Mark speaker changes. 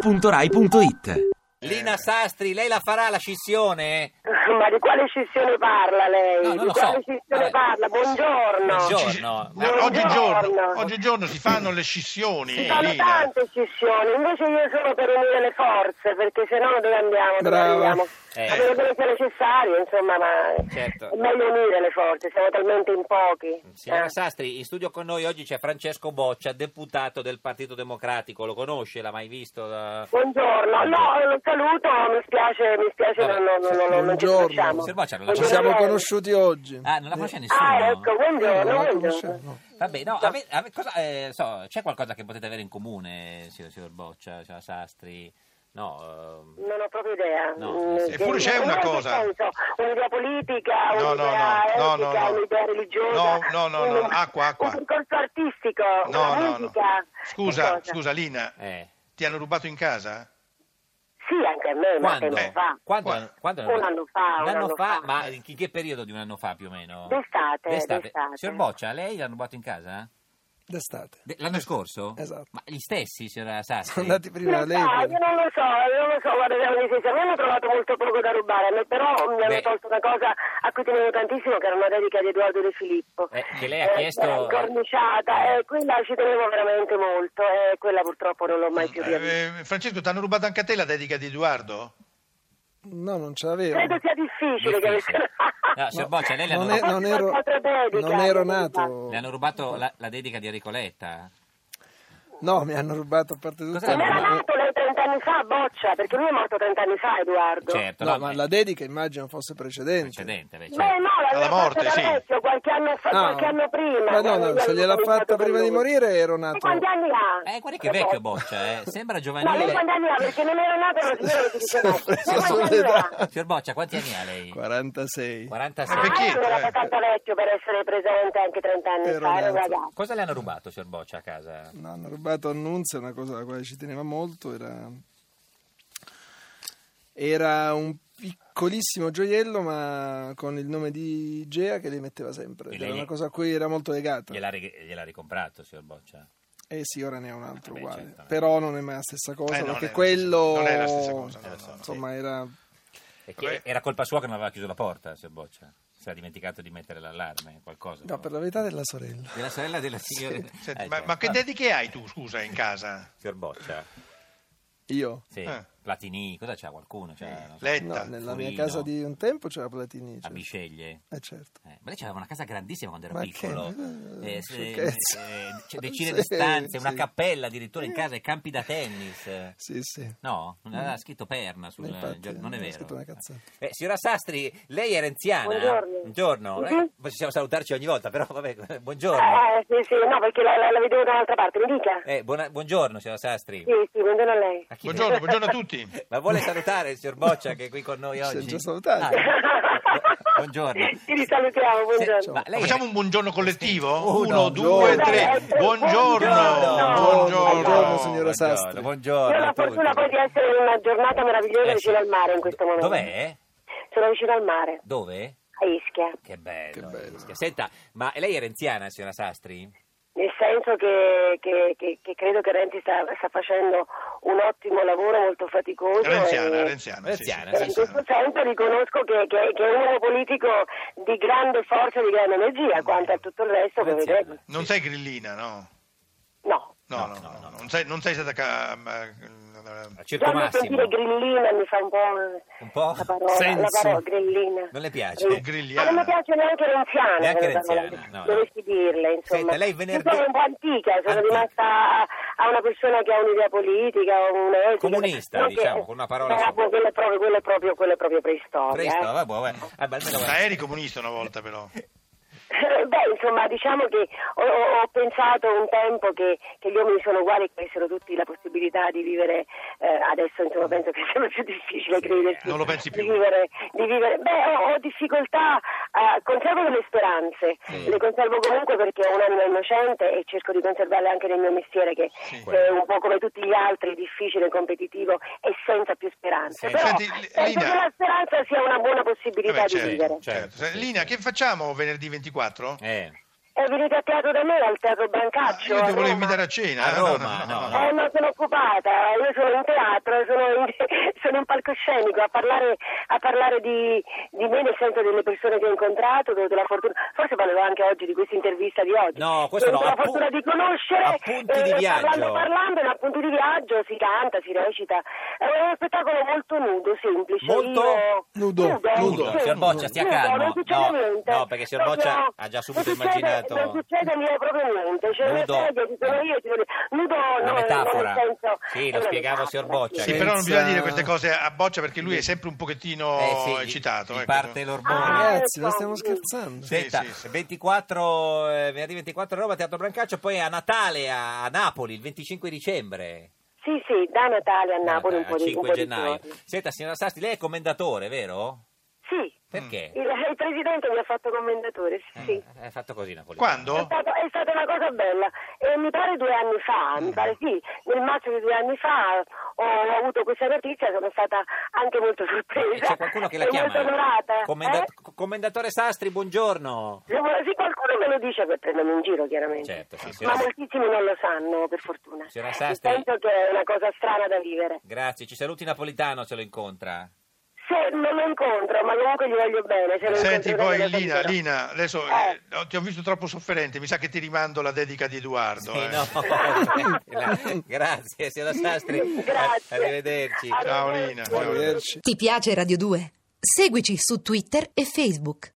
Speaker 1: radio2pod.rai.it
Speaker 2: Lina Sastri, lei la farà la scissione?
Speaker 3: Ma di quale scissione parla lei?
Speaker 2: No, non
Speaker 3: di
Speaker 2: lo
Speaker 3: quale
Speaker 2: so.
Speaker 3: scissione
Speaker 2: Vabbè.
Speaker 3: parla? Buongiorno.
Speaker 2: Buongiorno.
Speaker 4: Ci-
Speaker 2: No.
Speaker 4: Eh, Oggigiorno, oggigiorno si fanno le scissioni.
Speaker 3: Ci sono
Speaker 4: Lina.
Speaker 3: tante scissioni, invece io sono per unire le forze, perché se no dove andiamo? Dove
Speaker 5: Brava.
Speaker 3: andiamo?
Speaker 2: Eh.
Speaker 3: Abbiamo quello che è necessario, insomma, ma
Speaker 2: Certo.
Speaker 3: è meglio unire le forze, siamo talmente in pochi.
Speaker 2: Signora
Speaker 3: Eh.
Speaker 2: Sastri, in studio con noi oggi c'è Francesco Boccia, deputato del Partito Democratico. Lo conosce? L'ha mai visto? Eh,
Speaker 3: Buongiorno, no, lo saluto, mi spiace, mi spiace,
Speaker 2: Vabbè.
Speaker 3: non, non, non, non, non ci
Speaker 5: Buongiorno.
Speaker 3: conosciamo.
Speaker 2: Signor Boccia, non la
Speaker 5: Ci
Speaker 2: Buongiorno.
Speaker 5: siamo
Speaker 3: a lei.
Speaker 5: conosciuti oggi.
Speaker 2: Ah, non la conosce nessuno?
Speaker 3: Ah, ecco,
Speaker 5: Eh, non
Speaker 3: buongiorno,
Speaker 5: la
Speaker 3: buongiorno.
Speaker 5: conoscevo.
Speaker 2: Vabbè, no, ave- ave- cosa- eh, so, c'è qualcosa che potete avere in comune, signor, signor Boccia, signora Sastri? No, ehm,
Speaker 3: Non ho proprio idea.
Speaker 2: No,
Speaker 3: Mm,
Speaker 2: sì, sì.
Speaker 3: che-
Speaker 4: Eppure c'è
Speaker 3: in
Speaker 4: una
Speaker 3: che
Speaker 4: cosa.
Speaker 3: senso? Un'idea politica,
Speaker 4: No, no,
Speaker 3: un'idea
Speaker 4: no, no,
Speaker 3: etica,
Speaker 4: no, no.
Speaker 3: un'idea religiosa.
Speaker 4: No, no, no, no,
Speaker 3: un-
Speaker 4: acqua, acqua.
Speaker 3: Un percorso artistico,
Speaker 4: No,
Speaker 3: una
Speaker 4: no, no.
Speaker 3: musica.
Speaker 4: Scusa,
Speaker 3: qualcosa.
Speaker 4: scusa Lina,
Speaker 2: eh,
Speaker 4: ti hanno rubato in casa?
Speaker 3: Sì, anche a me, ma
Speaker 2: Quando?
Speaker 3: tempo
Speaker 4: Eh.
Speaker 3: fa.
Speaker 2: Quando?
Speaker 4: Qua-
Speaker 2: quando-
Speaker 3: Un anno fa,
Speaker 2: Un
Speaker 3: un
Speaker 2: anno
Speaker 3: anno
Speaker 2: fa,
Speaker 3: fa.
Speaker 2: ma in che- che periodo di un anno fa più o meno?
Speaker 3: D'estate, d'estate.
Speaker 2: Signor Boccia, lei l'hanno rubato in casa?
Speaker 5: D'estate.
Speaker 2: De- l'anno scorso?
Speaker 5: Esatto.
Speaker 2: Ma gli stessi, signora Sastri?
Speaker 5: Sono andati prima
Speaker 3: Non
Speaker 5: da
Speaker 3: so,
Speaker 5: lei. poi-
Speaker 3: io non lo so, io non lo so, guarda, devo dire che a me hanno trovato molto poco da rubare, a me però mi hanno
Speaker 2: Beh.
Speaker 3: tolto una cosa a cui tenevo tantissimo, che era una dedica di Edoardo De Filippo.
Speaker 2: Eh, che lei ha chiesto-
Speaker 3: era
Speaker 2: Eh.
Speaker 3: incorniciata, eh, quella ci tenevo veramente molto, e quella purtroppo non l'ho mai più riavvista.
Speaker 4: Eh, Francesco, ti hanno rubato anche a te la dedica di Edoardo?
Speaker 5: No, non ce l'avevo.
Speaker 3: Credo sia difficile, che
Speaker 2: Difficile. Ah, No, signor Boccia, cioè, lei le hanno,
Speaker 5: non,
Speaker 2: rubato,
Speaker 5: è- non ero,
Speaker 3: Quattro dediche,
Speaker 5: non ero
Speaker 3: hanno
Speaker 5: nato.
Speaker 2: le hanno rubato la, la dedica di Enrico Letta?
Speaker 5: No, mi hanno rubato a parte tutto.
Speaker 2: Cos'è?
Speaker 3: Non era
Speaker 2: Eh.
Speaker 3: nato lei 30 anni fa, boccia, perché lui è morto 30 anni fa, Edoardo.
Speaker 2: Certo,
Speaker 5: No,
Speaker 2: no,
Speaker 5: ma
Speaker 2: eh,
Speaker 5: la dedica immagino fosse precedente.
Speaker 2: precedente, beh, certo.
Speaker 3: Beh, no, l'aveva
Speaker 4: Alla morte,
Speaker 3: fatta da
Speaker 4: sì.
Speaker 3: vecchio, qualche anno, fa,
Speaker 5: Ah.
Speaker 3: qualche anno prima.
Speaker 5: Ma no,
Speaker 3: quando
Speaker 5: no,
Speaker 3: gli
Speaker 5: se
Speaker 3: hanno
Speaker 5: gliel'ha
Speaker 3: cominciato
Speaker 5: fatta
Speaker 3: con
Speaker 5: prima di
Speaker 3: lui.
Speaker 5: morire ero nato-
Speaker 3: E quanti anni ha?
Speaker 2: Eh, guarda che vecchio boccia, eh. Sembra
Speaker 3: No, lei
Speaker 2: giovanile.
Speaker 3: quanti anni ha? Perché non era nato, non si vede che ti diceva.
Speaker 5: Sono preso
Speaker 3: Ma quanti anni
Speaker 5: sull'età.
Speaker 3: ha?
Speaker 2: Signor Boccia, quanti anni ha lei?
Speaker 5: 46.
Speaker 2: 46.
Speaker 4: Ma perché?
Speaker 3: Ah, non
Speaker 2: Eh,
Speaker 3: era abbastanza vecchio per essere presente anche 30 anni
Speaker 5: Ero
Speaker 3: fa, era un
Speaker 5: nato.
Speaker 3: ragazzo.
Speaker 2: Cosa le hanno rubato, signor Boccia, a casa?
Speaker 5: No, hanno rubato Annunzio, una cosa alla quale ci teneva molto, era, era un piccolissimo gioiello ma con il nome di Gea che li metteva sempre,
Speaker 2: E
Speaker 5: era
Speaker 2: lei-
Speaker 5: una cosa a cui era molto legata.
Speaker 2: Gliel'ha, ri- gliel'ha ricomprato, signor Boccia?
Speaker 5: Eh sì, ora ne ha un altro
Speaker 2: Vabbè,
Speaker 5: uguale,
Speaker 2: certamente.
Speaker 5: però non è mai la stessa cosa,
Speaker 4: Eh, non
Speaker 5: perché
Speaker 4: è-
Speaker 5: quello... Eh,
Speaker 4: non è la stessa cosa, no, no, no.
Speaker 5: Insomma, era...
Speaker 2: E che- era colpa sua che non aveva chiuso la porta, signor Boccia? Si era dimenticato di mettere l'allarme, qualcosa.
Speaker 5: No, per la verità della sorella.
Speaker 2: Della sorella della signora...
Speaker 4: Senti,
Speaker 2: Eh,
Speaker 4: ma,
Speaker 2: certo.
Speaker 4: ma che
Speaker 2: Ah,
Speaker 4: dediche hai tu, scusa, in casa?
Speaker 2: Signor Boccia?
Speaker 5: Io?
Speaker 2: Sì.
Speaker 4: Eh.
Speaker 2: Platini, cosa c'ha qualcuno? C'ha, non so,
Speaker 4: Letta?
Speaker 5: No, nella mia
Speaker 2: Furino.
Speaker 5: casa di un tempo c'era Platini.
Speaker 2: a
Speaker 5: Cioè.
Speaker 2: Bisceglie?
Speaker 5: Eh certo.
Speaker 2: Eh, ma lei c'aveva una casa grandissima quando era
Speaker 5: Ma che-
Speaker 2: piccolo, Eh, se-
Speaker 5: sciocchezza.
Speaker 2: eh, c'è decine
Speaker 5: Sì,
Speaker 2: di stanze, una
Speaker 5: sì.
Speaker 2: cappella addirittura in casa e campi da tennis.
Speaker 5: Sì, sì.
Speaker 2: No, non aveva scritto perna sul
Speaker 5: Mm. Infatti,
Speaker 2: gio- non è
Speaker 5: non ho
Speaker 2: vero.
Speaker 5: scritto una cazzata.
Speaker 2: Eh, signora Sastri, lei è renziana.
Speaker 3: Buongiorno.
Speaker 2: Buongiorno.
Speaker 3: Mhm.
Speaker 2: Eh, poi Possiamo salutarci ogni volta, però vabbè, buongiorno.
Speaker 3: Eh, sì, sì, no, perché la, la, la vedevo da un'altra parte, mi dica.
Speaker 2: Eh, buona- buongiorno, signora Sastri.
Speaker 3: Sì, sì, buongiorno a lei.
Speaker 2: A chi-
Speaker 4: Buongiorno, buongiorno a tutti.
Speaker 2: Ma vuole salutare il signor Boccia che è qui con noi
Speaker 5: Ci siamo
Speaker 2: oggi?
Speaker 5: già salutati.
Speaker 2: bu- eh, buongiorno.
Speaker 3: Ci risalutiamo, buongiorno.
Speaker 2: Se- ma lei
Speaker 4: Facciamo un buongiorno collettivo?
Speaker 2: Uno,
Speaker 4: Uno, due,
Speaker 5: buongiorno.
Speaker 4: tre. Buongiorno!
Speaker 3: Buongiorno.
Speaker 5: Buongiorno,
Speaker 4: Buongiorno!
Speaker 5: signora
Speaker 2: buongiorno,
Speaker 5: Sastri.
Speaker 2: Buongiorno.
Speaker 3: Io ho
Speaker 2: a
Speaker 3: la
Speaker 2: tutti.
Speaker 3: fortuna poi di essere in una giornata meravigliosa
Speaker 2: Eh,
Speaker 3: vicino
Speaker 2: sì.
Speaker 3: al mare in questo momento.
Speaker 2: Dov'è?
Speaker 3: Sono vicino al mare,
Speaker 2: Dove?
Speaker 3: a Ischia.
Speaker 2: Che bello.
Speaker 5: Che bello.
Speaker 2: Senta, ma lei è renziana, signora Sastri?
Speaker 3: Nel senso che, che- che- che credo che Renzi sta, sta facendo un ottimo lavoro, molto faticoso.
Speaker 4: Renziana,
Speaker 3: e-
Speaker 4: Renziana. sì, sì,
Speaker 2: Renziana,
Speaker 3: e in questo senso riconosco che, che- che è un uomo politico di grande forza e di grande
Speaker 2: Esatto.
Speaker 3: energia, quanto a tutto il resto che
Speaker 2: Renziana.
Speaker 3: vedete.
Speaker 4: Non sei grillina, no?
Speaker 3: No.
Speaker 4: No, no, no, Non, sei, non sei stata... ca- ma- eh,
Speaker 2: Al
Speaker 3: Già
Speaker 2: Circo
Speaker 3: mi
Speaker 2: Massimo.
Speaker 3: sentire grillina mi fa un po',
Speaker 2: Un po'?
Speaker 3: la parola, Eh, la
Speaker 5: Sensi.
Speaker 3: parola grillina.
Speaker 2: Non le piace?
Speaker 3: Sì.
Speaker 4: Grigliana.
Speaker 3: Ma non mi piace neanche renziana.
Speaker 2: Neanche
Speaker 3: quella parola.
Speaker 2: renziana, no,
Speaker 3: Dovresti dirle, insomma.
Speaker 2: Senta, lei venerdì-
Speaker 3: Io sono un po' antica, sono
Speaker 2: Antica.
Speaker 3: rimasta a- a una persona che ha un'idea politica, un'etica.
Speaker 2: Comunista,
Speaker 3: Non
Speaker 2: diciamo, con una parola
Speaker 3: Eh,
Speaker 2: sopra.
Speaker 3: boh, quello è proprio, quello è proprio, quello è proprio preistoria.
Speaker 2: Presto,
Speaker 3: eh.
Speaker 2: vabbè, vabbè. Ah, ma almeno-
Speaker 4: Ma eri comunista una volta però. Eh
Speaker 3: Eh, Beh, insomma, diciamo che ho, ho- ho pensato un tempo che, che gli uomini sono uguali e che avessero tutti la possibilità di vivere, eh, adesso insomma penso che sia più difficile credersi.
Speaker 4: eh, non lo pensi più.
Speaker 3: Di vivere, di vivere. Beh, ho, ho difficoltà, eh, conservo delle speranze, le conservo comunque perché ho un'anima innocente e cerco di conservarle anche nel mio mestiere che è un po' come tutti gli altri, difficile, competitivo e senza più speranze.
Speaker 2: Senti,
Speaker 3: Però
Speaker 4: senti,
Speaker 3: penso
Speaker 4: Lina-
Speaker 3: che la speranza sia una buona possibilità
Speaker 4: Vabbè,
Speaker 3: di vivere.
Speaker 4: certo.
Speaker 2: Certo, sì,
Speaker 4: Lina,
Speaker 2: sì.
Speaker 4: che facciamo venerdì 24?
Speaker 2: Eh,
Speaker 3: Eh, E venite a teatro da me al teatro Brancaccio.
Speaker 4: Ah, Io
Speaker 3: a
Speaker 4: ti volevo
Speaker 3: Roma.
Speaker 4: invitare a
Speaker 2: A
Speaker 4: cena. No, no,
Speaker 2: Roma, no, no.
Speaker 3: Eh, non sono occupata, io sono in teatro, sono in, sono in palcoscenico a parlare, a parlare di, di me nel senso delle persone che ho incontrato, de- della fortuna. Forse parlerò anche oggi di questa intervista di oggi.
Speaker 2: No, questo no,
Speaker 3: Ho avuto
Speaker 2: appu-
Speaker 3: la fortuna di conoscere.
Speaker 2: appunti
Speaker 3: eh,
Speaker 2: di viaggio.
Speaker 3: Parlando, parlando, in appunti di viaggio si canta, si recita. È uno spettacolo molto nudo, semplice.
Speaker 2: Molto
Speaker 3: Io-
Speaker 5: nudo, nudo.
Speaker 3: sì.
Speaker 2: Signor Boccia, stia
Speaker 3: Nudo,
Speaker 2: calmo.
Speaker 3: Non succede
Speaker 2: No,
Speaker 3: niente.
Speaker 2: no, perché signor
Speaker 3: Proprio
Speaker 2: Boccia ha già subito
Speaker 3: non succede-
Speaker 2: immaginato-
Speaker 3: Non succede mie- proprio niente. Cioè,
Speaker 2: Nudo.
Speaker 3: le sedie ci sono io, ci sono- Nudo
Speaker 2: Una
Speaker 3: no,
Speaker 2: metafora.
Speaker 3: nel senso- Eh,
Speaker 2: Sì,
Speaker 3: è
Speaker 2: lo
Speaker 3: una
Speaker 2: spiegava
Speaker 3: metafora,
Speaker 2: signor Boccia.
Speaker 4: Sì,
Speaker 5: Senza-
Speaker 4: però non bisogna dire queste cose a Boccia perché lui è sempre un pochettino
Speaker 5: Oh,
Speaker 2: Eh, sì, gli-
Speaker 4: eccitato.
Speaker 2: gli
Speaker 4: ecco.
Speaker 2: parte l'ormone.
Speaker 3: Ah,
Speaker 5: Ragazzi, ma
Speaker 3: ecco.
Speaker 5: stiamo scherzando.
Speaker 4: Sì,
Speaker 2: Senta,
Speaker 4: sì, sì.
Speaker 2: 24, eh, venerdì 24 a Roma, Teatro Brancaccio, poi a Natale a, a Napoli, il 25 dicembre.
Speaker 3: Sì, sì, da Natale a Napoli un
Speaker 2: a
Speaker 3: po' di
Speaker 2: 5
Speaker 3: un po' di
Speaker 2: gennaio.
Speaker 3: giorni.
Speaker 2: Senta, signora Sasti, lei è commendatore,
Speaker 4: Mm.
Speaker 2: vero?
Speaker 3: Sì,
Speaker 2: Perché?
Speaker 3: il, il presidente mi ha fatto commendatore, Eh, sì, sì.
Speaker 2: Eh, È fatto così Napoli.
Speaker 3: È,
Speaker 4: Quando?
Speaker 3: stato- è stata una cosa bella e mi pare due anni fa,
Speaker 2: Mm.
Speaker 3: mi pare sì, nel marzo di due anni fa ho avuto questa notizia, sono stata anche molto
Speaker 2: Eh,
Speaker 3: sorpresa.
Speaker 2: C'è qualcuno che la
Speaker 3: e
Speaker 2: chiama?
Speaker 3: Molto onorata.
Speaker 2: Commenda-
Speaker 3: eh?
Speaker 2: co- Commendatore Sastri, buongiorno.
Speaker 3: Se vuole- se qualcuno me lo dice per prendermi in giro, chiaramente.
Speaker 2: Certo, sì,
Speaker 3: Ma
Speaker 2: signora-
Speaker 3: moltissimi non lo sanno, per fortuna.
Speaker 2: Signora Sastri-
Speaker 3: Penso che è una cosa strana da vivere.
Speaker 2: Grazie, ci saluti Napolitano se lo incontra.
Speaker 3: Se non lo incontro, ma comunque gli voglio bene. Se lo
Speaker 4: Senti
Speaker 3: incontro,
Speaker 4: poi
Speaker 3: lo
Speaker 4: Lina,
Speaker 3: saluterò.
Speaker 4: Lina, adesso
Speaker 3: Eh.
Speaker 4: eh, ti ho visto troppo sofferente, mi sa che ti rimando la dedica di Edoardo.
Speaker 2: Sì,
Speaker 4: eh.
Speaker 2: no, smettila. Grazie, signora Sastri.
Speaker 3: Grazie.
Speaker 2: Arrivederci.
Speaker 4: Ciao Lina. ciao.
Speaker 5: Arrivederci.
Speaker 1: Ti piace Radio 2? Seguici su Twitter e Facebook.